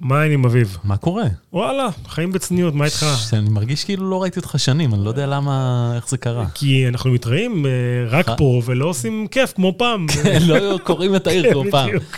מים עם אביב. מה קורה? וואלה, חיים בצניעות, מה איתך? ש- אני מרגיש כאילו לא ראיתי אותך שנים, אני לא יודע למה, איך זה קרה. כי אנחנו מתראים אה, רק אה. פה ולא עושים כיף כמו פעם. לא קוראים את העיר כל פעם. כן, בדיוק.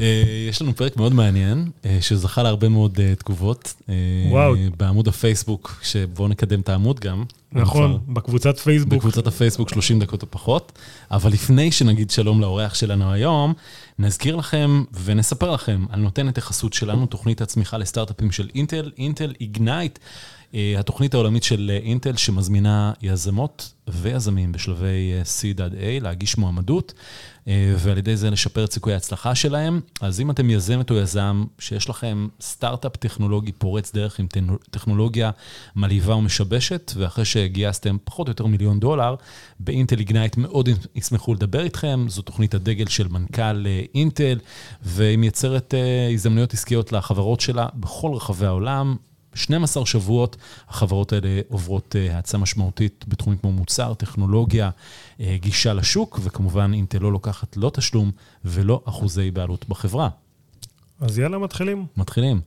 אה, יש לנו פרק מאוד מעניין, אה, שזכה להרבה מאוד אה, תגובות. אה, וואו. בעמוד הפייסבוק, שבואו נקדם את העמוד גם. כבר נכון, בקבוצת פייסבוק. בקבוצת הפייסבוק 30 דקות או פחות. אבל לפני שנגיד שלום לאורח שלנו היום, נזכיר לכם ונספר לכם על נותנת החסות שלנו, תוכנית הצמיחה לסטארט-אפים של אינטל, אינטל איגנייט, אה, התוכנית העולמית של אה, אינטל שמזמינה יזמות ויזמים בשלבי אה, C עד A להגיש מועמדות, אה, ועל ידי זה לשפר את סיכויי ההצלחה שלהם. אז אם אתם יזמת או יזם שיש לכם סטארט-אפ טכנולוגי פורץ דרך עם טכנו- טכנולוגיה מלהיבה ומשבשת, ואחרי שגייסתם פחות או יותר מיליון דולר, באינטל איגנייט מאוד ישמחו לדבר איתכם, זו תוכנית הדגל של מנכ"ל אה, אינטל, והיא מייצרת אה, הזדמנויות עסקיות לחברות שלה בכל רחבי העולם. 12 שבועות החברות האלה עוברות אה, האצה משמעותית בתחומים כמו מוצר, טכנולוגיה, אה, גישה לשוק, וכמובן אינטל לא לוקחת לא תשלום ולא אחוזי בעלות בחברה. אז יאללה, מתחילים. מתחילים.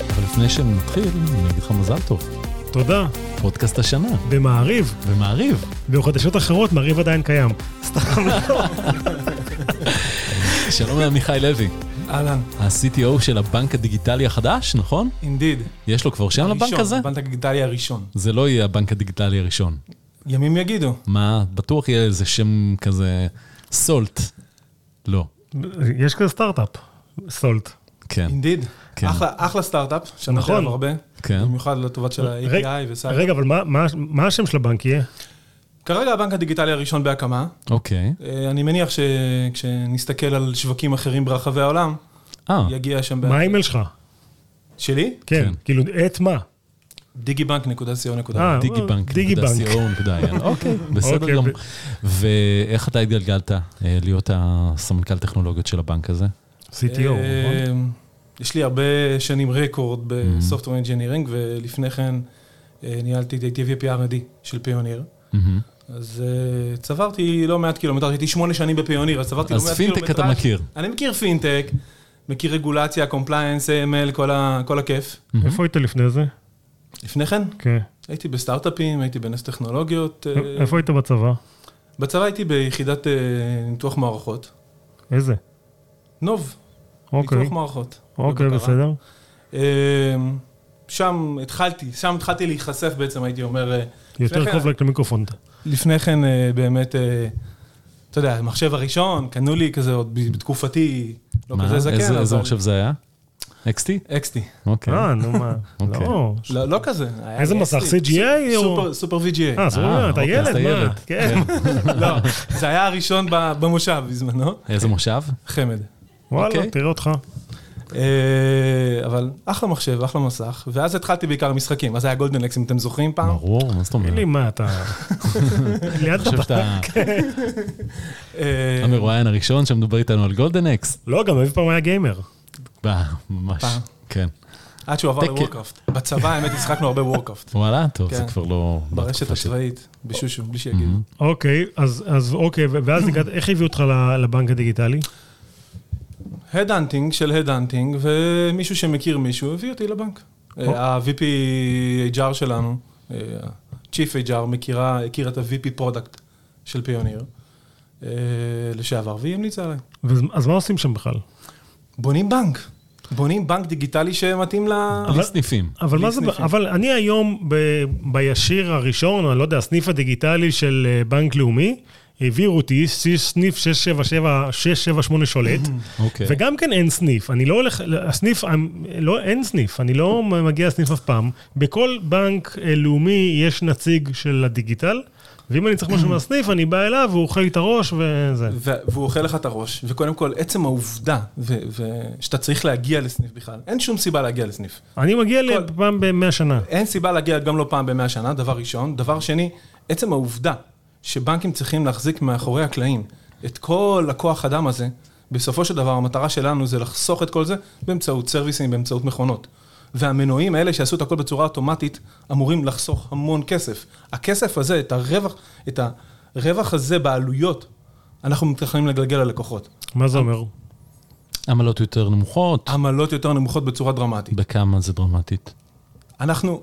אבל לפני שנתחיל, אני אגיד לך מזל טוב. תודה. פודקאסט השנה, במעריב, במעריב. בחדשות אחרות, מעריב עדיין קיים. סתם לא. שלום לעמיחי לוי, אהלן, ה-CTO של הבנק הדיגיטלי החדש, נכון? אינדיד. יש לו כבר שם לבנק הזה? הבנק הדיגיטלי הראשון. זה לא יהיה הבנק הדיגיטלי הראשון. ימים יגידו. מה, בטוח יהיה איזה שם כזה סולט. לא, יש כזה סטארט-אפ, סולט. כן. אינדיד. כן. אחלה, אחלה סטארט-אפ, שאני נכון. נותן עליו הרבה. כן. במיוחד לטובת של רגע, ה-API וסייבר. רגע, אבל מה- מה- מה השם של הבנק יהיה? כרגע הבנק הדיגיטלי הראשון בהקמה. אוקיי. אה, אני מניח שכשנסתכל על שווקים אחרים ברחבי העולם, אה, יגיע שם... מה האימייל שלך? שלי? כן, כן. כאילו, את מה? digibank.co.il. אה, דיגיבנק. דיגיבנק. .co.il. אוקיי, בסדר אוקיי, גמור. ב- ואיך אתה התגלגלת אה, להיות הסמנכ"ל טכנולוגיות של הבנק הזה? CTO. נכון? אה, יש לי הרבה שנים רקורד בסופטור אינג'ינירינג, ולפני כן אה, ניהלתי את ה-TVP R&D של פיוניר. מהמם. אז אה, צברתי לא מעט קילומטר, הייתי שמונה שנים בפיוניר, אז צברתי לא אז מעט קילומטר. פינטק אתה מכיר. אני מכיר פינטק, מכיר רגולציה, קומפליינס, AML, כל, ה, כל הכיף. איפה היית לפני זה? לפני כן, כן. הייתי בסטארט-אפים, הייתי בנס טכנולוגיות. אה, איפה היית בצבא? בצבא הייתי ביחידת אה, ניתוח מערכות. איזה? נוב, אוקיי, ניתוח מערכות. אוקיי, בבקרה. בסדר. אה, שם התחלתי, שם התחלתי להיחשף בעצם, הייתי אומר. אה, יותר לפני כן- קרוב למיקרופון. לפני כן אה, באמת, אה, אתה יודע, המחשב הראשון, קנו לי כזה עוד ב- בתקופתי, לא מה? כזה זקן, איזה- איזה אבל- מחשב זה היה? XT? אקסטי. אוקיי. אה, נו מה. אוקיי. לא. לא, לא כזה. היה איזה לי מסך? XT. CGI או- סופר- סופר VGA. אה, סבבה, אתה אוקיי, אז ילד, אתה מה? ילד. כן. לא, זה היה הראשון ב- במושב בזמנו, איזה מושב? חמד. וואלה, אוקיי. תראה אותך. אה, אבל אחלה מחשב, אחלה מסך, ואז התחלתי בעיקר משחקים, אז היה גולדנלקס, אם אתם זוכרים פעם. ברור, מה זאת אומרת? תגיד לי, אני מה אתה... ליד כן. חושב הבא. שאתה אה, המרואיין הראשון שמדבר איתנו על גולדן אקס. לא, גם אבי פעם היה גיימר. ממש, פעם. כן. עד שהוא עבר תקן. לוורקראפט. בצבא, האמת, השחקנו הרבה וורקראפט. וואלה, טוב, זה כן. כבר לא... ברשת בתקופה שלי. הצבאית, בשושו, בלי שיגידו. אוקיי, אז אז אוקיי, ו- ואז הגעת, איך הביאו אותך ל- לבנק הדיגיטלי? הדהנטינג של הדהנטינג, ומישהו שמכיר מישהו הביא אותי לבנק. אה, ה-VP HR שלנו, אה, ה-Chief HR, מכירה, הכיר את ה-VP פרודקט של פיוניר אה, לשעבר, והיא המליצה עליי. ואז- אז מה עושים שם בכלל? בונים בנק, בונים בנק דיגיטלי שמתאים ל... בלי סניפים. אבל בלי מה זה, סניפים. אבל אני היום ב- בישיר הראשון, אני לא יודע, הסניף הדיגיטלי של אה, בנק לאומי, העבירו אותי סי- סניף 677 678 שולט, אוקיי. וגם כן אין סניף, אני לא הולך, הסניף, אני- לא, אין סניף, אני לא מגיע לסניף אף פעם. בכל בנק אה, לאומי יש נציג של הדיגיטל, ואם אני צריך משהו מהסניף, אני בא אליו, הוא אוכל לי את הראש וזה. ו- והוא אוכל לך את הראש, וקודם כל, עצם העובדה ו- ו- שאתה צריך להגיע לסניף בכלל, אין שום סיבה להגיע לסניף. אני מגיע לפעם במאה שנה. אין סיבה להגיע גם לא פעם במאה שנה, דבר ראשון. דבר שני, עצם העובדה שבנקים צריכים להחזיק מאחורי הקלעים את כל הכוח אדם הזה, בסופו של דבר המטרה שלנו זה לחסוך את כל זה באמצעות סרוויסים, באמצעות מכונות. והמנועים האלה שעשו את הכל בצורה אוטומטית, אמורים לחסוך המון כסף. הכסף הזה, את הרווח, את הרווח הזה בעלויות, אנחנו מתכננים לגלגל ללקוחות. מה זה אומר? עמלות יותר נמוכות, עמלות יותר נמוכות בצורה דרמטית. בכמה זה דרמטית. אנחנו,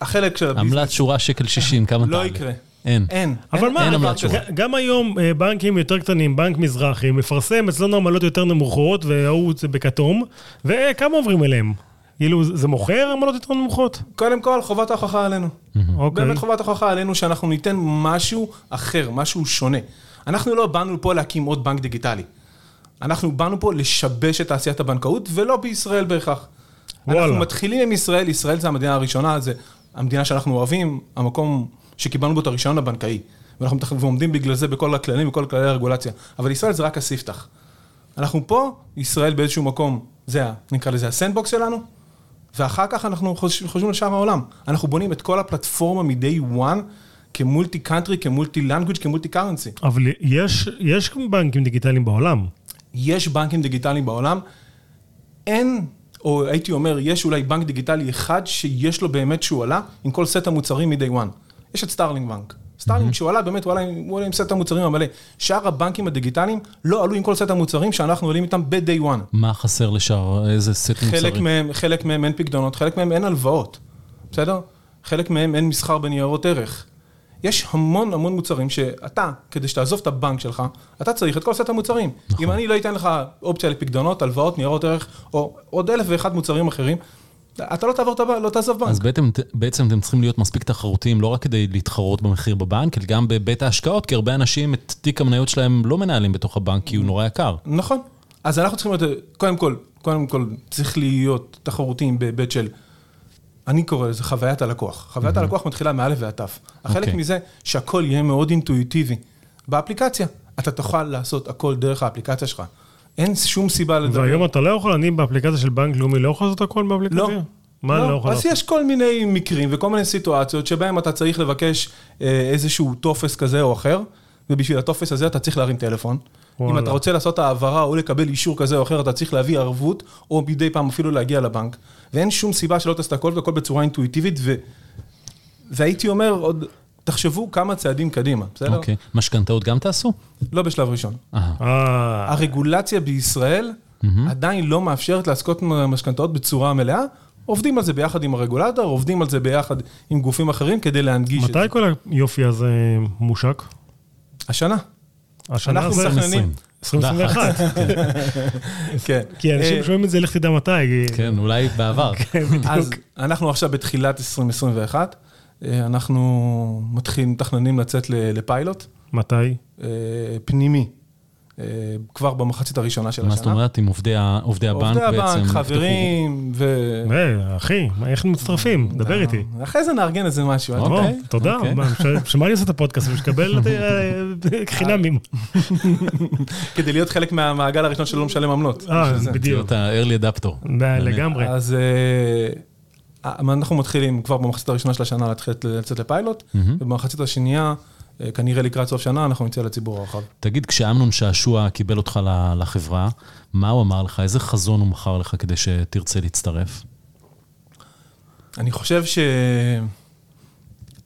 החלק של הביזנס עמלת שורה שקל שישים, כמה לא תעלה? יקרה. אין. אין. אבל מה, אין אבל עמלת שורה. ג- גם היום אה, בנקים יותר קטנים, בנק מזרחי, מפרסם אצלנו עמלות יותר נמוכות, וההוא זה בכתום, וכמה עוברים אליהם? כאילו, זה זה מוכר עמלות יותר נמוכות? קודם כל, חובת ההוכחה עלינו. אוקיי. באמת חובת ההוכחה עלינו שאנחנו ניתן משהו אחר, משהו שונה. אנחנו לא באנו פה להקים עוד בנק דיגיטלי. אנחנו באנו פה לשבש את תעשיית הבנקאות, ולא בישראל בהכרח. וואלה. אנחנו מתחילים עם ישראל, ישראל זה המדינה הראשונה, זה המדינה שאנחנו אוהבים, המקום שקיבלנו בו את הרישיון הבנקאי. ואנחנו מתח- ועומדים בגלל זה בכל הכללים, בכל כללי הרגולציה. אבל ישראל זה רק הספתח. אנחנו פה, ישראל באיזשהו מקום, זה ה- נקרא לזה הסנדבוקס שלנו, ואחר כך אנחנו חושבים, חושבים על שאר העולם. אנחנו בונים את כל הפלטפורמה מ-day one כמולטי קאנטרי, כמולטי לנגוויג', כמולטי קרנסי. אבל יש, יש בנקים דיגיטליים בעולם. יש בנקים דיגיטליים בעולם, אין, או הייתי אומר, יש אולי בנק דיגיטלי אחד שיש לו באמת שהוא עלה עם כל סט המוצרים מ-day one. יש את סטארלינג בנק. סטארלינג שהוא עלה באמת, הוא עלה, עם- הוא עלה עם סט המוצרים המלא. שאר הבנקים הדיגיטליים לא עלו עם כל סט המוצרים שאנחנו עולים איתם ב-day one. מה חסר לשאר? איזה סט חלק מוצרים? מהם, חלק מהם אין פקדונות, חלק מהם אין הלוואות, בסדר? חלק מהם אין מסחר בניירות ערך. יש המון המון מוצרים שאתה, כדי שתעזוב את הבנק שלך, אתה צריך את כל סט המוצרים. נכון. אם אני לא אתן לך אופציה לפקדונות, הלוואות, ניירות ערך, או עוד אלף ואחד מוצרים אחרים, אתה לא תעבור את הבנק, לא תעזוב בנק. אז בעצם, בעצם אתם צריכים להיות מספיק תחרותיים, לא רק כדי להתחרות במחיר בבנק, אלא גם בבית ההשקעות, כי הרבה אנשים את תיק המניות שלהם לא מנהלים בתוך הבנק, כי הוא נורא יקר. נכון. אז אנחנו צריכים להיות, קודם כל, קודם כל, צריך להיות תחרותיים בהיבט של, אני קורא לזה חוויית הלקוח. חוויית הלקוח מתחילה מאלף ועד תף. החלק אוקיי. מזה שהכל יהיה מאוד אינטואיטיבי. באפליקציה, אתה תוכל לעשות הכל דרך האפליקציה שלך. אין שום סיבה לדבר. והיום אתה לא יכול, אני באפליקציה של בנק לאומי לא יכול לעשות הכל לא. באפליקציה? מה אני לא יכול אז לעשות? יש כל מיני מקרים וכל מיני סיטואציות שבהם אתה צריך לבקש אה, איזשהו טופס כזה או אחר, ובשביל הטופס הזה אתה צריך להרים טלפון. וואלה. אם אתה רוצה לעשות העברה או לקבל אישור כזה או אחר, אתה צריך להביא ערבות, או מדי פעם אפילו להגיע לבנק. ואין שום סיבה שלא תעשה את הכל והכל בצורה אינטואיטיבית, ו... והייתי אומר עוד, תחשבו כמה צעדים קדימה, בסדר? אוקיי. משכנתאות גם תעשו? לא בשלב ראשון. אה, אה, הרגולציה בישראל עדיין לא מאפשרת להסקות משכנתאות בצורה מלאה. עובדים על זה ביחד עם הרגולטור, עובדים על זה ביחד עם גופים אחרים כדי להנגיש את זה. מתי כל היופי הזה מושק? השנה. השנה אנחנו זה? מתכננים. 2021. 21, כן. כן. כי אה, אנשים שומעים את זה, לך תדע מתי. כן, אולי בעבר. אז אנחנו עכשיו בתחילת 2021. אה, אנחנו מתחילים, מתכננים לצאת ל- לפיילוט מתי? אה, פנימי, אה, כבר במחצית הראשונה של השנה. מה זאת אומרת, עם עובדי ה- עובדי הבנק עובדי בעצם? הבנק, יפתחו- חברים, ו... אה, אה, אחי, מה, איך מצטרפים? דבר איתי. אחרי זה נארגן איזה משהו, אל או, תדאג. תודה, אוקיי. מה, ש- שמה אני עושה את הפודקאסט? אה, שתקבל חינמים. כדי להיות חלק מהמעגל הראשון שלא משלם עמלות. אה, בשביל זה. בדיוק. להיות ה-early adapter. נה, לגמרי. אז אה, אה, אנחנו מתחילים כבר במחצית הראשונה של השנה להתחיל לצאת לפיילוט, ובמחצית השנייה, אה, כנראה לקראת סוף שנה, אנחנו נצא לציבור הרחב. תגיד, כשאמנון שעשוע קיבל אותך ל- לחברה, מה הוא אמר לך? איזה חזון הוא מכר לך כדי שתרצה להצטרף? אני חושב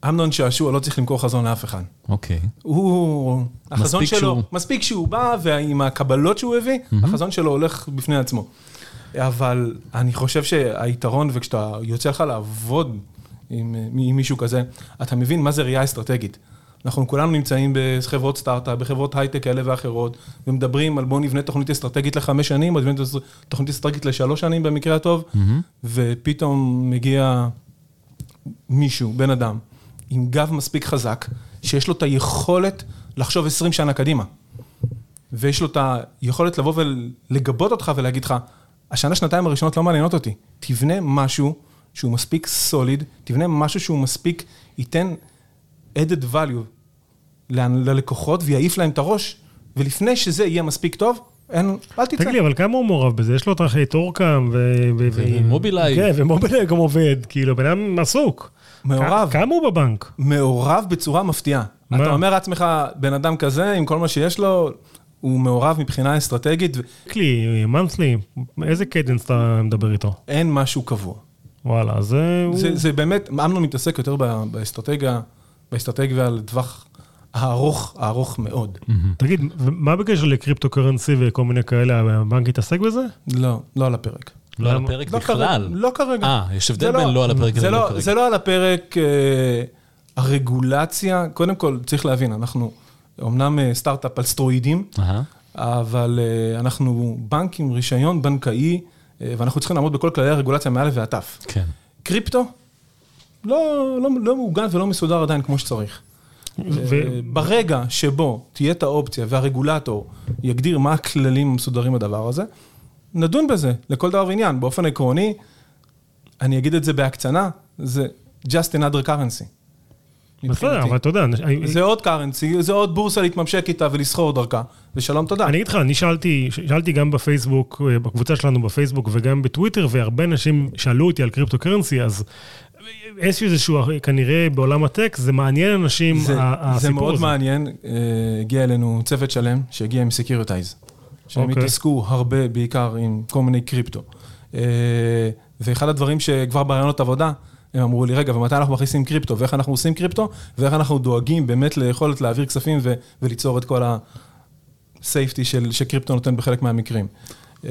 שאמנון שעשוע לא צריך למכור חזון לאף אחד. אוקיי. הוא, החזון מספיק שלו, שהוא- מספיק שהוא בא, ועם הקבלות שהוא הביא, החזון שלו הולך בפני עצמו. אבל אני חושב שהיתרון, וכשאתה יוצא לך לעבוד עם, עם מישהו כזה, אתה מבין מה זה ראייה אסטרטגית. אנחנו כולנו נמצאים בחברות סטארט-אפ, בחברות הייטק כאלה ואחרות, ומדברים על בואו נבנה תוכנית אסטרטגית לחמש שנים, או נבנה תוכנית אסטרטגית לשלוש שנים במקרה הטוב, ופתאום מגיע מישהו, בן אדם, עם גב מספיק חזק, שיש לו את היכולת לחשוב 20 שנה קדימה. ויש לו את היכולת לבוא ולגבות אותך ולהגיד לך, השנה, שנתיים הראשונות לא מעניינות אותי. תבנה משהו שהוא מספיק סוליד, תבנה משהו שהוא מספיק, ייתן added value ל- ללקוחות ויעיף להם את הראש, ולפני שזה יהיה מספיק טוב, אין, אל תצא. תגיד לי, אבל כמה הוא מעורב בזה? יש לו את אחי טורקאם ו... ו- ו- ומובילאיי. כן, ומובילאיי גם עובד, כאילו, בן אדם עסוק. מעורב. כ- כמה הוא בבנק? מעורב בצורה מפתיעה. מה? אתה אומר לעצמך, בן אדם כזה, עם כל מה שיש לו, הוא מעורב מבחינה אסטרטגית, קלי, מנצלי, איזה קדנס אתה מדבר איתו? ואין משהו קבוע. וואלה, אז זה... הוא- זה, זה באמת, אמנון מתעסק יותר ב- באסטרטגיה, באסטרטגיה לטווח הארוך, הארוך מאוד. Mm-hmm. תגיד, מה בקשר לקריפטו קרנסי וכל מיני כאלה, הבנק התעסק בזה? לא, לא על הפרק. לא על למה? הפרק לא בכלל. כרגע, לא כרגע. אה, יש הבדל זה בין לא על הפרק זה לבין לא לא- כרגע. זה לא על הפרק אה, הרגולציה, קודם כל, צריך להבין, אנחנו אומנם אה, סטארט-אפ על סטרואידים, אהה. אבל אה, אנחנו בנק עם רישיון בנקאי, אה, ואנחנו צריכים לעמוד בכל כללי הרגולציה מא' ועד ת'. כן. קריפטו, לא, לא, לא מעוגן ולא מסודר עדיין כמו שצריך. ו- אה, ברגע שבו תהיה את האופציה והרגולטור יגדיר מה הכללים המסודרים לדבר הזה, נדון בזה לכל דבר ועניין. באופן עקרוני, אני אגיד את זה בהקצנה, זה just another currency. בסדר, מבחינתי. אבל אתה יודע, אני- זה עוד currency, זה עוד בורסה להתממשק איתה ולסחור דרכה, ושלום תודה. אני אגיד לך, אני שאלתי, שאלתי גם בפייסבוק, אה, בקבוצה שלנו בפייסבוק וגם בטוויטר, והרבה אנשים שאלו אותי על קריפטו קרנסי, אז יש איזשהו, כנראה בעולם הטק, זה מעניין אנשים, זה, ה- הסיפור הזה. זה מאוד מעניין, אה, הגיע אלינו צוות שלם שהגיע עם סקיורטייז, שהם אוקיי. התעסקו הרבה בעיקר עם כל מיני קריפטו. אה, ואחד הדברים שכבר ברעיונות עבודה, הם אמרו לי, רגע, ומתי אנחנו מכניסים קריפטו, ואיך אנחנו עושים קריפטו, ואיך אנחנו דואגים באמת ליכולת להעביר כספים ו- וליצור את כל הסייפטי של, שקריפטו נותן בחלק מהמקרים. אה,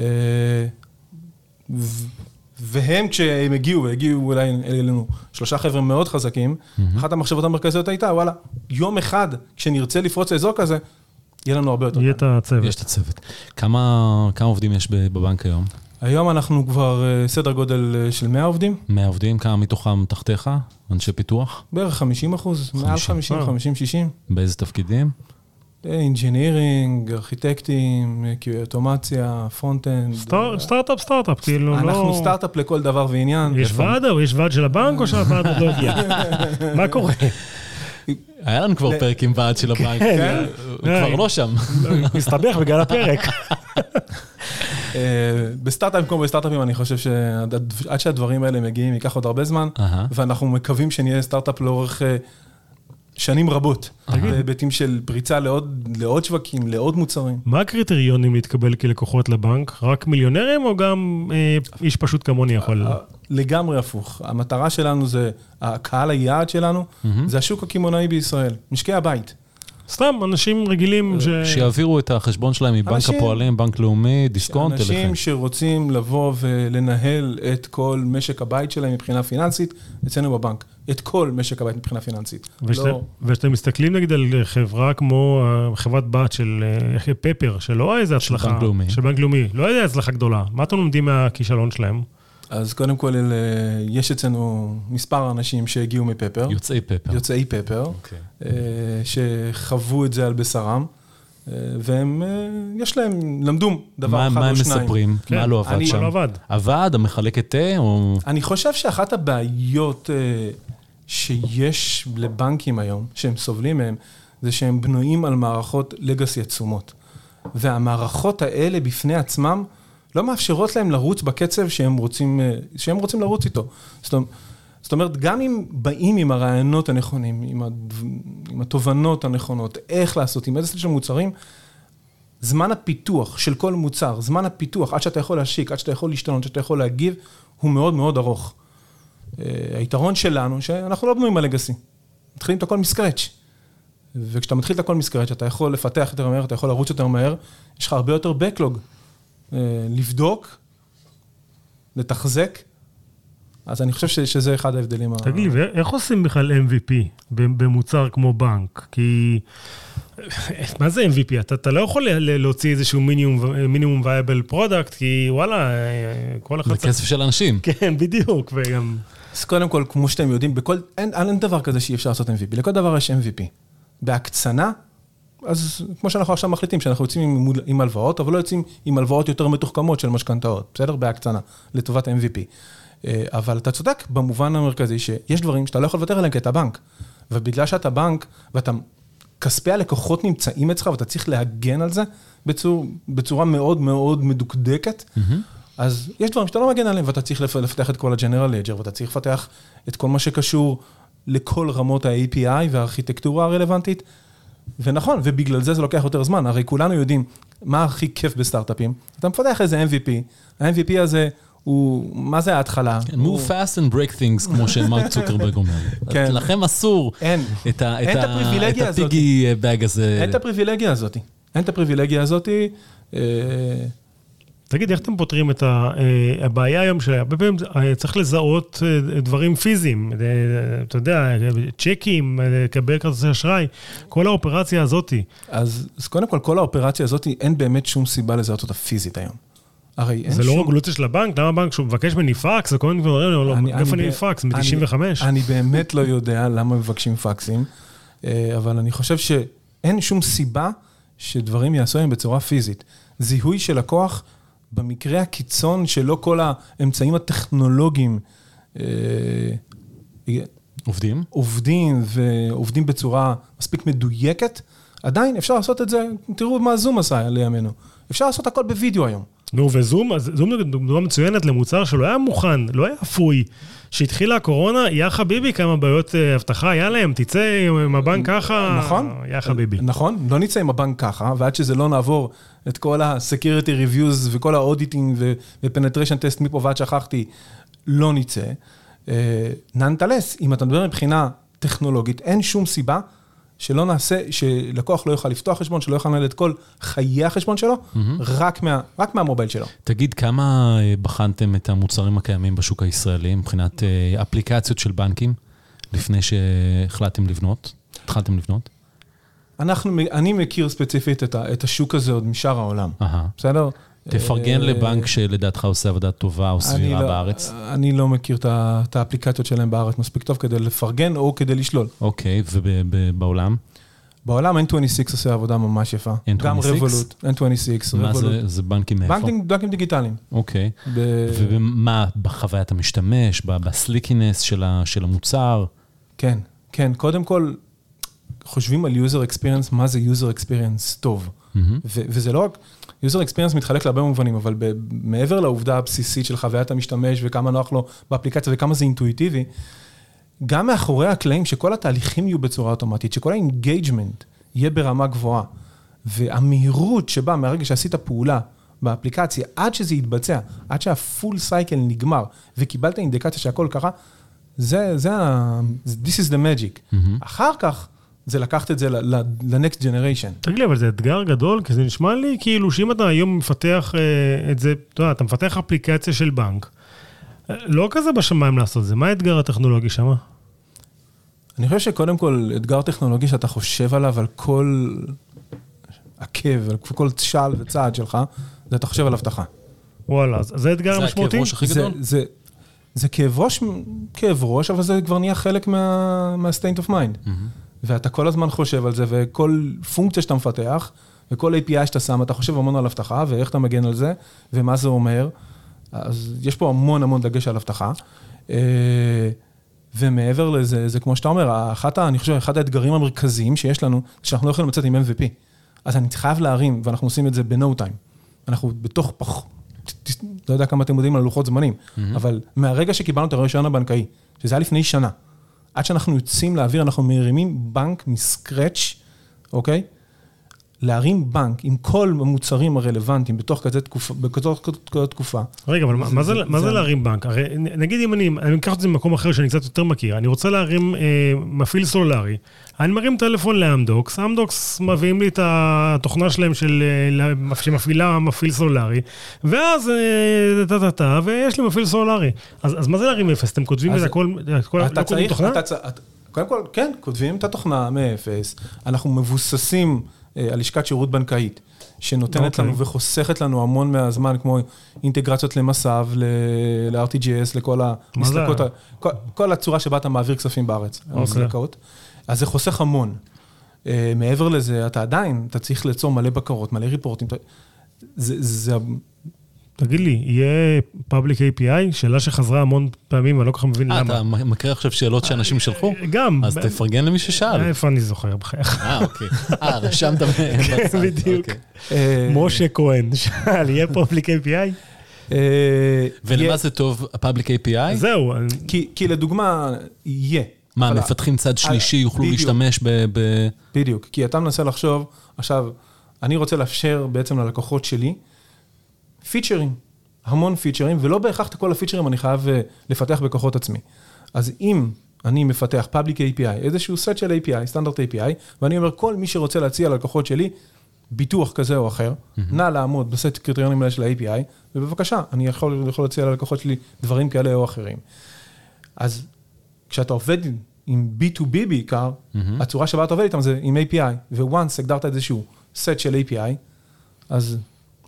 ו- והם, כשהם הגיעו, הגיעו אולי אלינו שלושה חבר'ה מאוד חזקים, אחת המחשבות המרכזיות הייתה, וואלה, יום אחד, כשנרצה לפרוץ לאזור כזה, יהיה לנו הרבה יותר. יהיה את הצוות. יש את הצוות. כמה כמה עובדים יש ב- בבנק היום? היום אנחנו כבר אה, סדר גודל אה, של 100 עובדים, 100 עובדים, כמה מתוכם תחתיך? אנשי פיתוח? בערך 50 אחוז, מעל 50, אה. 50, 60. באיזה תפקידים? אינג'ינירינג, אה, ארכיטקטים, אה, QA אוטומציה, פרונט-אנד. סטאר- סטארט-אפ, סטארט-אפ, כאילו, לא... אנחנו סטארט-אפ לכל דבר ועניין. נכון. יש ועד, או יש ועד של הבנק, או שהוועד עוד לא הגיע? מה קורה? היה לנו כבר פרק עם ועד של הבנק. כן. הוא כבר לא שם. מסתבך בגלל הפרק. אה, בסטארט-אפים כמו בסטארט-אפים, אני חושב שעד עד שהדברים האלה מגיעים, ייקח עוד הרבה זמן, אהה. ואנחנו מקווים שנהיה סטארט-אפ לאורך אה, שנים רבות. אה, בהיבטים של פריצה לעוד לעוד שווקים, לעוד מוצרים. מה הקריטריונים להתקבל כלקוחות לבנק? רק מיליונרים, או גם אה, איש פשוט כמוני יכול? אה, לגמרי הפוך. המטרה שלנו זה, הקהל היעד שלנו, זה השוק הקמעונאי בישראל, משקי הבית. סתם, אנשים אה, רגילים ש... שיעבירו את החשבון שלהם מבנק אנשים- הפועלים, בנק לאומי, דיסקונט אליכם. אנשים שרוצים לבוא ולנהל את כל משק הבית שלהם מבחינה פיננסית, אצלנו בבנק. את כל משק הבית מבחינה פיננסית. וכשאתם- לא... וכשאתם מסתכלים נגיד על חברה כמו אה, חברת בת של אה, איך היא, פפר, שלא היה איזה הצלחה. בנק לאומי. של בנק לאומי. לא הייתה הצלחה גדולה. מה אתם לומדים מהכישלון שלהם? אז קודם כל, אלה- יש אצלנו מספר אנשים שהגיעו מפפר, יוצאי פפר. יוצאי פפר, אוקיי. אה, שחוו את זה על בשרם, אה, והם, אה, יש להם, למדו דבר מה אחד מה או הם שניים. מספרים? כן, מה לא עבד אני- שם? מה לא עבד? עבד, המחלקת תה, או... אני חושב שאחת הבעיות אה, שיש לבנקים היום, שהם סובלים מהם, זה שהם בנויים על מערכות לגאסי עצומות. והמערכות האלה בפני עצמם לא מאפשרות להם לרוץ בקצב שהם רוצים, אה, שהם רוצים לרוץ איתו. זאת אומרת, זאת אומרת, גם אם באים עם הרעיונות הנכונים, עם, הדו, עם התובנות הנכונות, איך לעשות, עם איזה סט של מוצרים, זמן הפיתוח של כל מוצר, זמן הפיתוח, עד שאתה יכול להשיק, עד שאתה יכול להשתנות, עד שאתה יכול להגיב, הוא מאוד מאוד ארוך. אה, היתרון שלנו, שאנחנו לא בנויים על לגאסי. מתחילים את הכל מסקרץ'. וכשאתה מתחיל את הכל מסקרץ', אתה יכול לפתח יותר מהר, אתה יכול לרוץ יותר מהר, יש לך הרבה יותר backlog. אה, לבדוק, לתחזק. אז אני חושב ש- שזה אחד ההבדלים. ה- תגיד לי, ואיך עושים בכלל MVP ב- במוצר כמו בנק? כי... מה זה MVP? אתה, אתה לא יכול ל- ל- להוציא איזשהו מינימום, מינימום וייבל פרודקט, כי וואלה, אה, כל אחד... זה כסף של אנשים. כן, בדיוק, וגם... אז קודם כל, כמו שאתם יודעים, בכל, אין, אין, אין דבר כזה שאי אפשר לעשות MVP, לכל דבר יש MVP. בהקצנה, אז כמו שאנחנו עכשיו מחליטים, שאנחנו יוצאים עם, מול- עם הלוואות, אבל לא יוצאים עם הלוואות יותר מתוחכמות של משכנתאות, בסדר? בהקצנה, לטובת MVP. אה, אבל אתה צודק במובן המרכזי שיש דברים שאתה לא יכול לוותר עליהם כי אתה בנק. ובגלל שאתה בנק, ואתה, כספי הלקוחות נמצאים אצלך ואתה צריך להגן על זה בצור, בצורה מאוד מאוד מדוקדקת, אז יש דברים שאתה לא מגן עליהם, ואתה צריך לפ- לפתח את כל הג'נרל לג'ר, ואתה צריך לפתח את כל מה שקשור לכל רמות ה-API והארכיטקטורה הרלוונטית, ונכון, ובגלל זה זה לוקח יותר זמן, הרי כולנו יודעים מה הכי כיף בסטארט-אפים. אתה מפתח איזה MVP, ה-MVP הזה הוא, מה זה ההתחלה? כן, הוא- move fast and break things, כמו שמרק צוקרברג אומר. כן. לכם אסור אין. את ה- אין את את ה- הפריבילגיה את הזאת. הפיגי באג הזה. אין את הפריבילגיה הזאת. אין את הפריבילגיה הזאת. אה, תגיד, איך אתם פותרים את ה- אה, הבעיה היום, שהרבה פעמים אה, צריך לזהות אה, דברים פיזיים, אה, אתה יודע, צ'קים, אה, לקבל כרטיסי אשראי, כל האופרציה הזאתי. אז, אז קודם כל, כל האופרציה הזאת, אין באמת שום סיבה לזהות אותה פיזית היום. הרי אין זה שום... לא רגולציה של הבנק, למה הבנק שהוא מבקש ממני פקס, וכל מיני דברים, לא, לא, איפה אני ב- פקס, אני- מ-95? אני באמת לא יודע למה מבקשים פקסים, אה, אבל אני חושב שאין שום סיבה שדברים יעשו היום בצורה פיזית. זיהוי של לקוח, במקרה הקיצון שלא כל האמצעים הטכנולוגיים אה, עובדים? עובדים ועובדים בצורה מספיק מדויקת, עדיין אפשר לעשות את זה, תראו מה זום עשה לימינו. אפשר לעשות הכל בווידאו היום. נו, וזום, אז זום זו דוגמה מצוינת למוצר שלא היה מוכן, לא היה אפוי. כשהתחילה הקורונה, יא חביבי, כמה בעיות אה, אבטחה היה להם, תצא עם- עם הבנק ככה, נכון? אה, יא חביבי. נכון, לא נצא עם הבנק ככה, ועד שזה לא נעבור את כל ה-Security Reviews וכל ה-Auditing ו- ו-Penetration Test מפה ועד שכחתי, לא נצא. אה, ננטלס, אם אתה מדבר מבחינה טכנולוגית, אין שום סיבה שלא נעשה, שלקוח לא יוכל לפתוח חשבון, שלא יוכל לנהל את כל חיי החשבון שלו, רק מה- רק מהמובייל שלו. תגיד, כמה אה, בחנתם את המוצרים הקיימים בשוק הישראלי מבחינת אה, אפליקציות של בנקים, לפני שהחלטתם לבנות? התחלתם לבנות? אנחנו, אני מכיר ספציפית את, ה, את השוק הזה עוד משאר העולם, אהה. בסדר? תפרגן אה, לבנק שלדעתך עושה עבודה טובה או אני סבירה לא- בארץ. אני לא מכיר את, ה, את האפליקציות שלהם בארץ מספיק טוב כדי לפרגן או כדי לשלול. אוקיי, ובעולם? בעולם N26 עושה עבודה ממש יפה. N26? גם רבולוט, N26, מה רבולוט. זה, זה בנקים מאיפה? בנקים, בנקים דיגיטליים. אוקיי. ב... ומה בחוויית המשתמש, ב- בסליקינס של ה- של המוצר? כן, כן, קודם כל, חושבים על user experience, מה זה user experience טוב. מהמם. ו- וזה לא רק, user experience מתחלק להרבה מובנים, אבל ב- מעבר לעובדה הבסיסית של חוויית המשתמש וכמה נוח לו באפליקציה וכמה זה אינטואיטיבי, גם מאחורי הקלעים, שכל התהליכים יהיו בצורה אוטומטית, שכל האינגייג'מנט יהיה ברמה גבוהה, והמהירות שבה מהרגע שעשית פעולה באפליקציה, עד שזה יתבצע, עד שהפול סייקל נגמר, וקיבלת אינדיקציה שהכל קרה, זה, זה ה... This is the magic. אחר כך, זה לקחת את זה ל- ל- ל-next generation. תגיד לי, אבל זה אתגר גדול, כי זה נשמע לי כאילו שאם אתה היום מפתח אה, את זה, אתה יודע, אתה מפתח אפליקציה של בנק, אה, לא כזה בשמיים לעשות זה, מה האתגר הטכנולוגי שם? אני חושב שקודם כל, אתגר טכנולוגי שאתה חושב עליו, על כל עקב, על כל שעל וצעד שלך, זה אתה חושב על אבטחה. וואלה, אז זה אתגר זה משמעותי? הכאב ראש הכי זה, גדול? זה, זה כאב ראש, כאב ראש, אבל זה כבר נהיה חלק מה, מה-state of mind. Mm-hmm. ואתה כל הזמן חושב על זה, וכל פונקציה שאתה מפתח, וכל API שאתה שם, אתה חושב המון על אבטחה, ואיך אתה מגן על זה, ומה זה אומר. אז יש פה המון המון דגש על אבטחה. אה, ומעבר לזה, זה כמו שאתה אומר, אחת, ה- אני חושב, אחד האתגרים המרכזיים שיש לנו, זה שאנחנו לא יכולים לצאת עם MVP. אז אני חייב להרים, ואנחנו עושים את זה ב-no time. אנחנו בתוך פח... ת- ת- לא יודע כמה אתם יודעים על לוחות זמנים, אבל מהרגע שקיבלנו את הרישיון הבנקאי, שזה היה לפני שנה, עד שאנחנו יוצאים לאוויר, אנחנו מרימים בנק מסקרץ', אוקיי? להרים בנק עם כל המוצרים הרלוונטיים בתוך כזה תקופה, בתוך כזאת תקופה, רגע, אבל מה- מה זה- זה- מה זה זה- להרים בנק? הרי נ- נגיד אם אני, אני אקח את זה ממקום אחר שאני קצת יותר מכיר, אני רוצה להרים אה, מפעיל סולארי, אני מרים טלפון לאמדוקס, אמדוקס מביאים לי את התוכנה שלהם של, אה, לה- שמפעילה מפעיל סולארי, ואז אה, טה טה טה, ויש לי מפעיל סולארי. אז אז מה זה להרים אפס? אתם כותבים את אז הכל, הכל- לא אתה כותבים צריך, תוכנה? אתה צ- את- קודם כל, כן, כותבים את התוכנה מאפס. אנחנו מבוססים אה, על לשכת שירות בנקאית, שנותנת אוקיי. לנו וחוסכת לנו המון מהזמן, כמו אינטגרציות למסב, ל- ל-RTGS, לכל המסלקות, זה? ה- כל- כל הצורה שבה אתה מעביר כספים בארץ, אוקיי. המסלקות. אז זה חוסך המון. אה, מעבר לזה, אתה עדיין, אתה צריך ליצור מלא בקרות, מלא ריפורטים. אתה- זה, זה, תגיד לי, יהיה public API? שאלה שחזרה המון פעמים, ואני לא כל כך מבין אה, למה. אתה מקריא עכשיו שאלות שאנשים שלחו? אה, גם. אז ב- אה, תפרגן למי ששאל. איפה אני זוכר בחייך? אה, אוקיי. אה, רשמת בצד. כן, בדיוק. אוקיי. אה, משה כהן שאל, יהיה public API? אה, ולמה יהיה- זה טוב, ה-public API? זהו, אני- כי, כי לדוגמה, יהיה. מה, אבל- מפתחים צד שלישי יוכלו בדיוק. להשתמש ב... ב- בדיוק, כי אתה מנסה לחשוב, עכשיו, אני רוצה לאפשר בעצם ללקוחות שלי פיצ'רים, המון פיצ'רים, ולא בהכרח את כל הפיצ'רים אני חייב אה, לפתח בכוחות עצמי. אז אם אני מפתח Public API, איזשהו סט של API, סטנדרט API, ואני אומר, כל מי שרוצה להציע ללקוחות שלי ביטוח כזה או אחר, נא לעמוד בסט קריטריונים האלה של ה-API, ובבקשה, אני יכול, יכול להציע ללקוחות שלי דברים כאלה או אחרים. אז כשאתה עובד עם B2B בעיקר, mm-hmm. הצורה שבה אתה עובד איתם זה עם API, ו-once הגדרת איזשהו סט של API, אז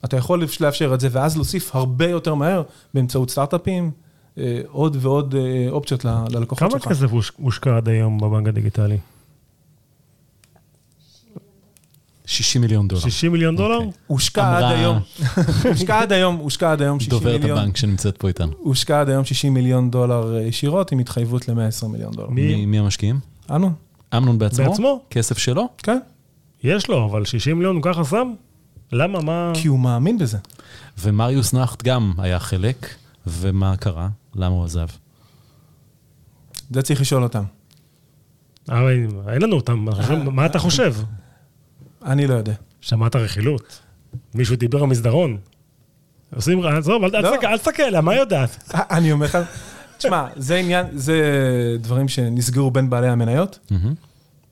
אתה יכול לאפשר את זה, ואז להוסיף הרבה יותר מהר באמצעות סטארט-אפים, אה, עוד ועוד אה, אופציות ל- ללקוחות כמה שלך. כסף הוש- הושקע עד היום בבנק הדיגיטלי? 60 מיליון דולר. 60 מיליון דולר? הושקע עד אמרה- היום, הושקע עד היום, הושקע עד היום 60 דוברת מיליון, הבנק שנמצאת פה איתנו. הושקע עד היום 60 מיליון דולר אה, ישירות, עם התחייבות ל-120 מיליון דולר. מי- מי מי המשקיעים? אנו? אמנון בעצמו? בעצמו? כסף שלו? כן, אה. יש לו, אבל 60 מיליון הוא ככה שם? למה? מה... כי הוא מאמין בזה. ומריוס נחט גם היה חלק, ומה קרה? למה הוא עזב? זה צריך לשאול אותם. הרי אין לנו אותם, מה אתה חושב? אני לא יודע. שמעת רכילות? מישהו דיבר במסדרון? עושים, עזוב, אל- אל לא. תסתכל- אל תסתכל עליה, מה היא יודעת? אני אומר לך, תשמע, זה עניין, זה דברים שנסגרו בין בעלי המניות. מהמם.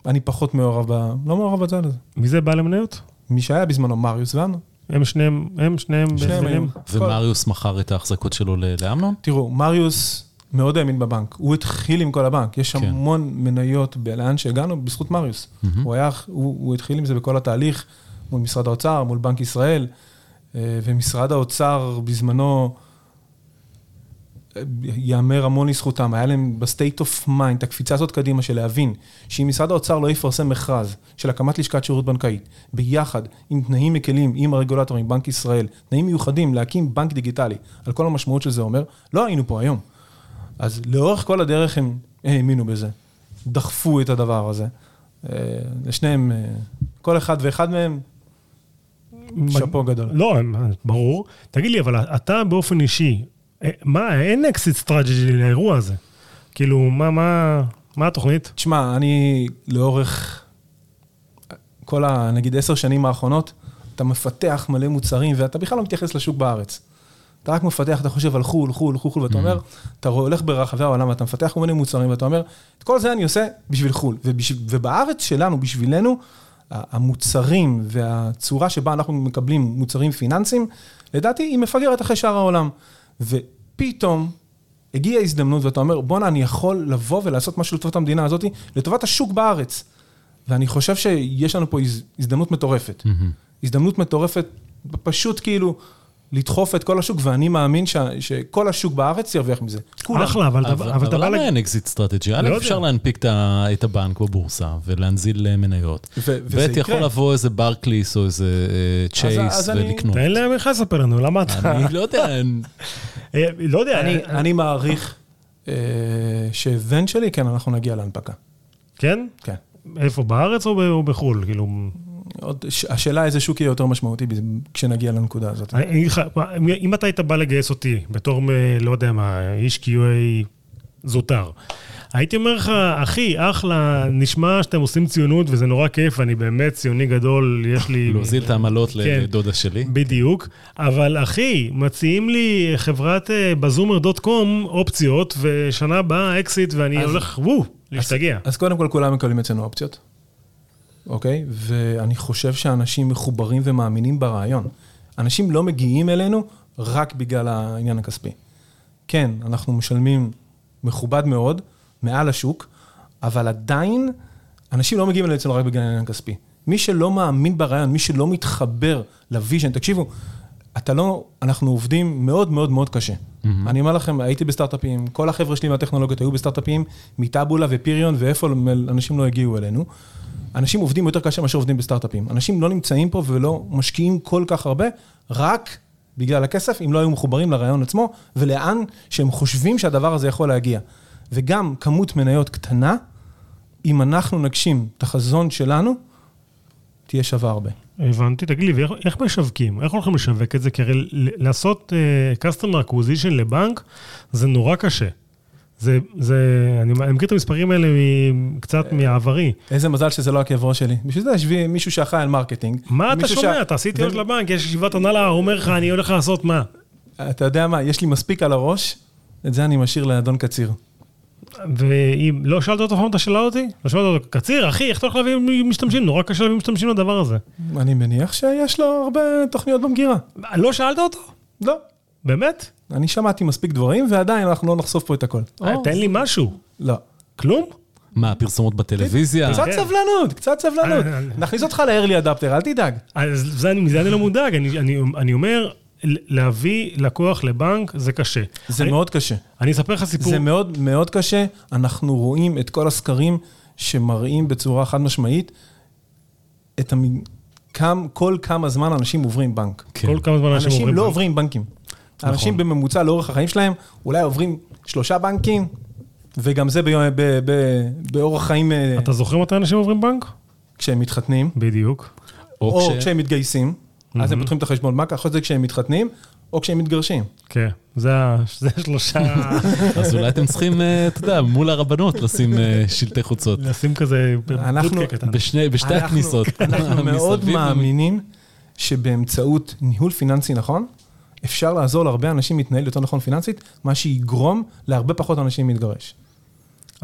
אני פחות מעורב, ב, לא מעורב בצד הזה. מי זה בעל המניות? מי שהיה בזמנו, מריוס ואנו. הם שניהם, הם שניהם, שניהם בעצם- היו. כל- ומריוס מכר את ההחזקות שלו ל- לאמנון? תראו, מריוס מאוד האמין בבנק. הוא התחיל עם כל הבנק. יש כן. המון מניות ב- לאן שהגענו בזכות מריוס. הוא, היה, הוא, הוא התחיל עם זה בכל התהליך, מול משרד האוצר, מול בנק ישראל, אה, ומשרד האוצר בזמנו, אה, ייאמר המון לזכותם, היה להם בסטייט אוף מיינד, את הקפיצה הזאת קדימה של להבין, שאם משרד האוצר לא יפרסם מכרז של הקמת לשכת שירות בנקאית, ביחד עם תנאים מקלים, עם הרגולטור, עם בנק ישראל, תנאים מיוחדים להקים בנק דיגיטלי, על כל המשמעות של זה אומר, לא היינו פה היום. אז לאורך כל הדרך הם האמינו בזה, דחפו את הדבר הזה. אה, לשניהם, אה, כל אחד ואחד מהם, שאפו גדול. לא, הם- ברור. תגיד לי, אבל אתה באופן אישי, אה, מה, אין אקסיט סטראג'י לאירוע הזה. כאילו, מה, מה, מה התוכנית? תשמע, אני לאורך כל ה... נגיד עשר שנים האחרונות, אתה מפתח מלא מוצרים, ואתה בכלל לא מתייחס לשוק בארץ. אתה רק מפתח, אתה חושב על חו"ל, חו"ל, חו"ל, חו"ל, ואתה אומר, אתה רוא- הולך ברחבי העולם, ואתה מפתח כל מיני מוצרים, ואתה אומר, את כל זה אני עושה בשביל חו"ל. ובש... ובארץ שלנו, בשבילנו, ה- המוצרים והצורה שבה אנחנו מקבלים מוצרים פיננסיים, לדעתי היא מפגרת אחרי שאר העולם. ופתאום הגיעה הזדמנות, ואתה אומר, בואנה, אני יכול לבוא ולעשות משהו לטובת המדינה הזאת, לטובת השוק בארץ. ואני חושב שיש לנו פה הז- הזדמנות מטורפת. הזדמנות מטורפת, פשוט כאילו לדחוף את כל השוק, ואני מאמין ש, שכל השוק בארץ ירוויח מזה. כולם. אחלה, אבל אתה- אבל אתה אבל בא... למה לג- אין אקזיט סטרטג'י? לא יודע. א', אפשר להנפיק את ה- את הבנק בבורסה ולהנזיל אה, מניות. ו- וזה ב', יכול יקרה. לבוא איזה ברקליס או איזה אה, צ'ייס אז אני- ולקנות. תן להם לך לספר לנו, למה אתה... אני לא יודע, אני- אה, לא יודע, אני, אה, אני מעריך אה, שוונצ'לי, כן, אנחנו נגיע להנפקה. כן? כן. איפה, בארץ או ב- או בחו"ל? כאילו, עוד, ש- השאלה איזה שוק יהיה יותר משמעותי ב- כשנגיע לנקודה הזאת. אני אגיד לך, אה, מה, אם- אם אתה היית בא לגייס אותי, בתור, אה, לא יודע מה, איש QA זוטר, הייתי אומר לך, אחי, אחלה, נשמע שאתם עושים ציונות וזה נורא כיף, אני באמת ציוני גדול, יש לי... להוזיל את העמלות כן. לדודה שלי. בדיוק, אבל אחי, מציעים לי חברת אה, בזומר דוט קום אופציות, ושנה הבאה אקזיט, ואני אז- הולך, וואו, להשתגע. אז קודם כל, כולם מקבלים אצלנו אופציות, אוקיי? ואני חושב שאנשים מחוברים ומאמינים ברעיון. אנשים לא מגיעים אלינו רק בגלל העניין הכספי. כן, אנחנו משלמים מכובד מאוד, מעל השוק, אבל עדיין אנשים לא מגיעים אלינו רק בגלל העניין הכספי. מי שלא מאמין ברעיון, מי שלא מתחבר לוויז'ן, תקשיבו, אתה לא, אנחנו עובדים מאוד מאוד מאוד קשה. Mm-hmm. אני אומר לכם, הייתי בסטארט-אפים, כל החבר'ה שלי מהטכנולוגיות היו בסטארט-אפים, מטאבולה ופריון ואיפה אנשים לא הגיעו אלינו. אנשים עובדים יותר קשה מאשר עובדים בסטארט-אפים. אנשים לא נמצאים פה ולא משקיעים כל כך הרבה, רק בגלל הכסף, אם לא היו מחוברים לרעיון עצמו, ולאן שהם חושבים שהדבר הזה יכול להגיע. וגם כמות מניות קטנה, אם אנחנו נגשים את החזון שלנו, תהיה שווה הרבה. הבנתי, תגיד לי, ואיך איך משווקים? איך הולכים לשווק את זה? כי הרי ל- לעשות אה, customer acquisition לבנק זה נורא קשה. זה, זה, אני אני מכיר את המספרים האלה מ- קצת אה, מעברי. איזה מזל שזה לא הכאב ראש שלי. בשביל זה יש בי- מישהו שאחראי על מרקטינג. מה אתה מישהו שומע? שה- אתה עשיתי ו- עוד לבנק, יש ישיבת הנהלה, הוא אומר לך, אני הולך לעשות מה? אתה יודע מה, יש לי מספיק על הראש, את זה אני משאיר לאדון קציר. ואם לא שאלת אותו פעם את השאלה אותי? לא שאלת אותו, קציר, אחי, איך אתה הולך להביא משתמשים? נורא קשה להביא משתמשים לדבר הזה. אני מניח שיש לו הרבה תוכניות במגירה. לא שאלת אותו? לא. באמת? אני שמעתי מספיק דברים, ועדיין אנחנו לא נחשוף פה את הכל. אה, תן לי משהו. לא. כלום? מה, הפרסומות בטלוויזיה? קצת כן. סבלנות, קצת סבלנות. אה, אה, נכניס אותך ל-early adapter, אל תדאג. אז זה, אני- מזה אני לא מודאג, אני, אני, אני אומר, ל- להביא לקוח לבנק זה קשה. זה אני, מאוד קשה. אני אספר לך סיפור. זה מאוד מאוד קשה. אנחנו רואים את כל הסקרים שמראים בצורה חד משמעית את המ... כם, כל כמה זמן אנשים עוברים בנק. כן. כל כמה זמן אנשים אנשים עוברים לא בנק. נכון. עוברים בנקים. אנשים בממוצע לאורך החיים שלהם, אולי עוברים שלושה בנקים, וגם זה ביום- ב- ב- באורח חיים אה, אתה זוכר מתי אנשים עוברים בנק? כשהם מתחתנים, בדיוק. או או כש- כשהם מתגייסים, אז הם פותחים את החשבון בנק, אחרי זה כשהם מתחתנים, או כשהם מתגרשים. כן, זה ה- זה השלושה... אז אולי אתם צריכים, אה, אתה יודע, מול הרבנות לשים אה, שלטי חוצות. לשים כזה אנחנו- פודקה קטן. בשני- בשתי לא, אנחנו- הכניסות. אנחנו מאוד מסביב מאמינים שבאמצעות ניהול פיננסי נכון, אפשר לעזור להרבה אנשים להתנהל יותר נכון פיננסית, מה שיגרום להרבה פחות אנשים להתגרש.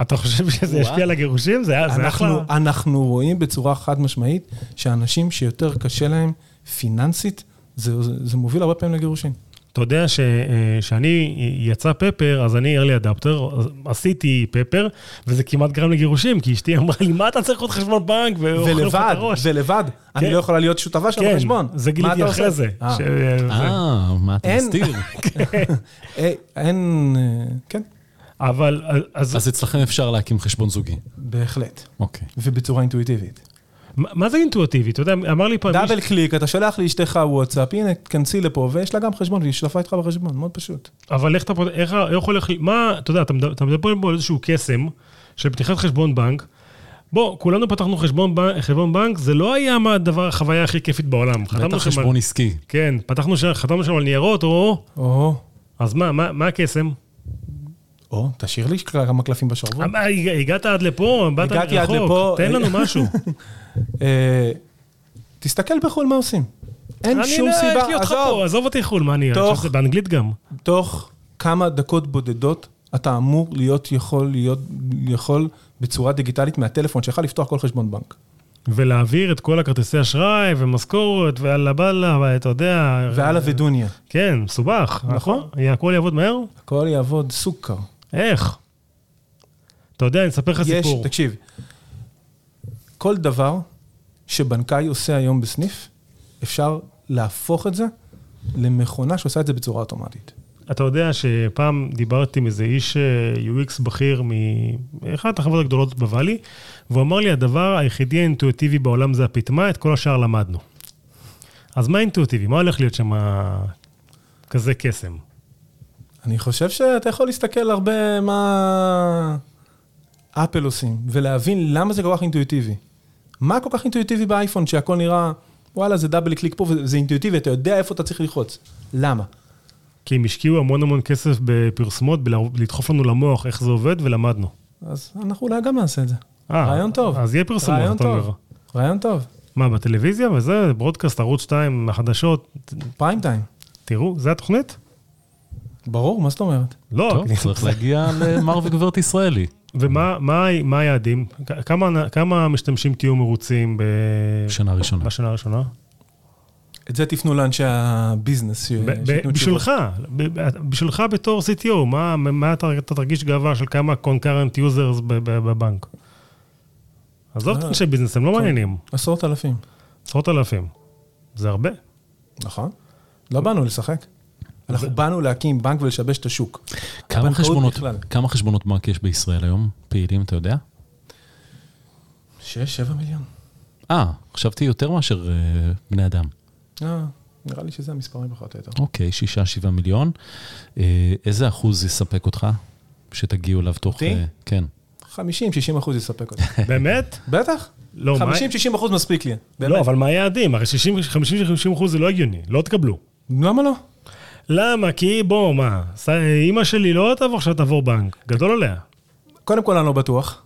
אתה חושב שזה וואו. ישפיע על הגירושים? זה היה- זה אנחנו, אחלה. אנחנו רואים בצורה חד משמעית שאנשים שיותר קשה להם פיננסית, זה, זה, זה מוביל הרבה פעמים לגירושין. אתה יודע שכשאני יצא פפר, אז אני early adapter, אז עשיתי פפר, וזה כמעט גרם לגירושים, כי אשתי אמרה לי, מה אתה צריך עוד חשבון בנק? ואוכל לך את ולבד, הראש." ולבד, אני כן. לא יכולה להיות שותפה שלו כן, בחשבון. זה מה אתה גיליתי אחרי עושה? זה. אה, ש- זה. אה, מה אתה אין. מסתיר? אה, אין, אה, כן, אבל, אז אז אצלכם אפשר להקים חשבון זוגי. בהחלט, אוקיי. ובצורה אינטואיטיבית. מה מה זה אינטואיטיבי? אתה יודע, אמר לי פעם... מישהו- דאבל קליק, אתה שולח לאשתך וואטסאפ, הנה, תכנסי לפה, ויש לה גם חשבון, והיא שלפה איתך בחשבון, מאוד פשוט. אבל איך אתה פותח, איך ה- איך הולך, ל- מה, אתה יודע, אתה מדבר אתה מדבר פה על איזשהו קסם של פתיחת חשבון בנק. בוא, כולנו פתחנו חשבון, בנק- חשבון בנק, זה לא היה מה הדבר, החוויה הכי כיפית בעולם. בטח חתמנו שם על- חשבון עסקי. לא, כן, פתחנו שם, חתמנו שם על ניירות, או... או, אז מה, מה, מה הקסם? או, תשאיר לי כמה קלפים בשרוול. מה, הג- הגעת עד לפה, באת הגעתי עד לפה. מרחוק, תן לנו משהו. אה, תסתכל בחו"ל מה עושים. אין אני שום לא- סיבה, יש לי אותך פה, עזוב אותי חו"ל, מה אני... תוך- עכשיו זה באנגלית גם. תוך כמה דקות בודדות אתה אמור להיות יכול, להיות יכול בצורה דיגיטלית מהטלפון שלך לפתוח כל חשבון בנק. אה. ולהעביר את כל הכרטיסי אשראי ומשכורת ואללה באללה, אבל אתה יודע... אה, והלאה ודוניה. כן, מסובך. נכון. אה, הכל יעבוד מהר? הכל יעבוד סוכר. איך? אתה יודע, אני אספר לך יש, סיפור. תקשיב, כל דבר שבנקאי עושה היום בסניף, אפשר להפוך את זה למכונה שעושה את זה בצורה אוטומטית. אתה יודע שפעם דיברתי עם איזה איש אה, UX בכיר מאחת החברות הגדולות בוואלי, והוא אמר לי, הדבר היחידי האינטואיטיבי בעולם זה הפטמה, את כל השאר למדנו. אז מה אינטואיטיבי? מה הולך להיות שם כזה קסם? אני חושב שאתה יכול להסתכל הרבה מה אפל עושים, ולהבין למה זה כל כך אינטואיטיבי. מה כל כך אינטואיטיבי באייפון שהכל נראה, וואלה, זה דאבל קליק פה, וזה זה אינטואיטיבי, אתה יודע איפה אתה צריך ללחוץ. למה? כי הם השקיעו המון המון כסף בפרסומות, בלדחוף לנו למוח איך זה עובד, ולמדנו. אז אנחנו אולי גם נעשה את זה. אה, רעיון טוב. אז יהיה פרסומות, רעיון אתה טוב. אומר. רעיון טוב. מה, בטלוויזיה וזה, ברודקאסט, ערוץ 2, החדשות, ת- פריים טיים. תראו, זה התוכנית? ברור, מה זאת אומרת? לא, טוב, צריך להגיע למר וגברת ישראלי. כן. ומה מה, מה היעדים? כ- כמה, כמה משתמשים תהיו מרוצים ב... שנה ראשונה. בשנה הראשונה? את זה תפנו לאנשי הביזנס. ש- ב- ב- שייתנו בשבילך, ב- ב- בשבילך בתור CTO, מה, מה אתה, אתה תרגיש גאווה של כמה concurrent users ב- ב- בבנק? עזוב את אה, אנשי ביזנס, הם לא מעניינים, תשובות. עשרות אלפים. עשרות אלפים. זה הרבה. נכון. לא באנו לשחק. אנחנו באנו להקים בנק ולשבש את השוק. כמה הבנקאות חשבונות- בכלל. כמה חשבונות בנק יש בישראל היום? פעילים, אתה יודע? שש, שבע מיליון. אה, חשבתי יותר מאשר אה, בני אדם. אה, נראה לי שזה המספרים פחות או יותר. אוקיי, שישה, שבעה מיליון. אה, איזה אחוז יספק אותך שתגיעו אליו תוך... אותי? אה, כן. 50-60 אחוז יספק אותי. באמת? בטח. לא, מה- 50-60 אחוז מספיק לי. באמת. לא, אבל מה היעדים? הרי 60 50-50 אחוז זה לא הגיוני, לא תקבלו. למה לא? למה? כי בוא, מה, ס- אימא שלי לא תעבור עכשיו תעבור בנק, גדול עליה. קודם כל, אני לא בטוח.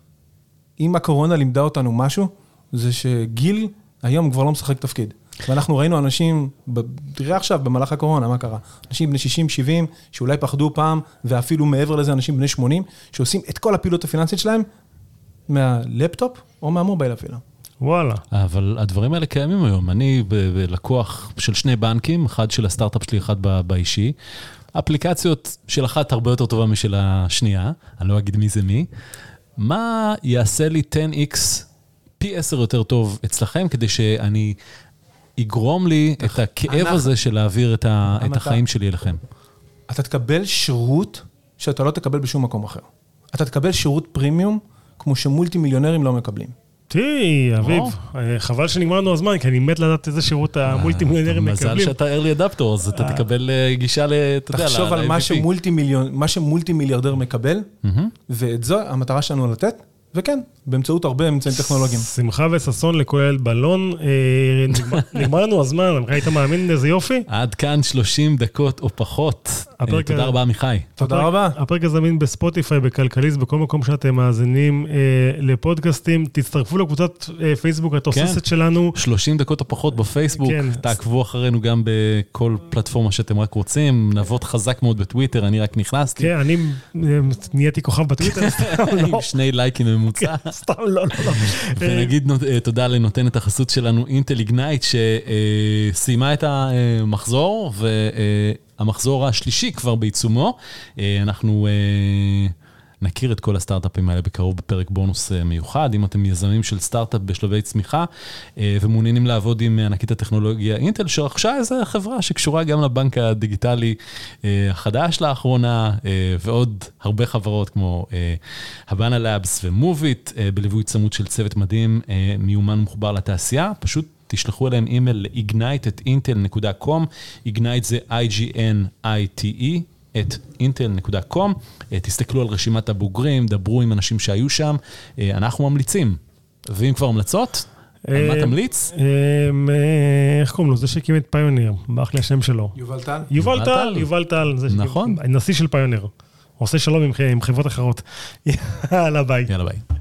אם הקורונה לימדה אותנו משהו, זה שגיל היום כבר לא משחק תפקיד. ואנחנו ראינו אנשים, ב- תראה עכשיו, במהלך הקורונה, מה קרה? אנשים בני 60, 70, שאולי פחדו פעם, ואפילו מעבר לזה אנשים בני 80, שעושים את כל הפעילות הפיננסית שלהם מהלפטופ או מהמובייל אפילו. וואלה. אבל הדברים האלה קיימים היום. אני ב- ב- לקוח של שני בנקים, אחד של הסטארט-אפ שלי, אחד ב- באישי. אפליקציות של אחת הרבה יותר טובה משל השנייה, אני לא אגיד מי זה מי. מה יעשה לי 10x פי 10 יותר טוב אצלכם, כדי שאני יגרום לי את הכאב אנחנו- הזה של להעביר את ה- את המטרה- החיים שלי אליכם? אתה תקבל שירות שאתה לא תקבל בשום מקום אחר. אתה תקבל שירות פרימיום, כמו שמולטי מיליונרים לא מקבלים. תהי, אביב, או. אה, חבל שנגמר לנו הזמן, כי אני מת לדעת איזה שירות המולטי מיליונרים אה, מזל מקבלים. שאתה early adapter, אז אתה תקבל אה, גישה ל... אתה יודע, ל- תחשוב על מה ל-MVP. שמולטי, מיליון, מה שמולטי מיליארדר מקבל, ואת זו המטרה שלנו לתת, וכן, באמצעות הרבה אמצעים טכנולוגיים. שמחה וששון לכולל בלון, אה, נגמר- נגמר לנו הזמן, עמרי, היית מאמין איזה יופי? עד כאן 30 דקות או פחות. אה, הפרק תודה הזה- רבה, עמיחי. תודה הפרק- רבה. הפרק הזה זמין בספוטיפיי, בכלכליסט, בכל מקום שאתם מאזינים אה, לפודקאסטים. תצטרפו לקבוצת אה, פייסבוק התוססת כן. שלנו. 30 דקות או פחות בפייסבוק, כן. תעקבו אחרינו גם בכל פלטפורמה שאתם רק רוצים, נבות חזק מאוד בטוויטר, אני רק נכנסתי, כן, אני אה, נהייתי כוכב בטוויטר, סתם עם לא, שני לייקים בממוצע. סתם לא, לא, לא. אה, ונגיד נות- אה, תודה לנותנת החסות שלנו, אינטל איגנייט, שסיימה את המחזור, והמחזור השלישי כבר בעיצומו. אה, אנחנו אה, נכיר את כל הסטארט-אפים האלה בקרוב בפרק בונוס אה, מיוחד. אם אתם יזמים של סטארט-אפ בשלבי צמיחה אה, ומעוניינים לעבוד עם אה, ענקית הטכנולוגיה אינטל, שרכשה איזו חברה שקשורה גם לבנק הדיגיטלי אה, החדש לאחרונה, אה, ועוד הרבה חברות כמו אה, הבאנה לאבס ומוביט, אה, בליווי צמוד של צוות מדהים, אה, מיומן ומחובר לתעשייה, פשוט תשלחו אליהם אימייל ל-ignite@intel.com, ignite זה I-G-N-I-T-E. את intel.com, אה, תסתכלו על רשימת הבוגרים, דברו עם אנשים שהיו שם, אה, אנחנו ממליצים. ואם כבר המלצות, על מה אה, תמליץ? אמ, אה, איך קוראים לו? זה שהקים את פיוניר, ברח לי השם שלו. יובל טל. יובל טל, טל. יובל טל. זה שהקים- נכון. נשיא של פיוניר. עושה שלום עם- עם חברות אחרות. יאללה, ביי. יאללה ביי.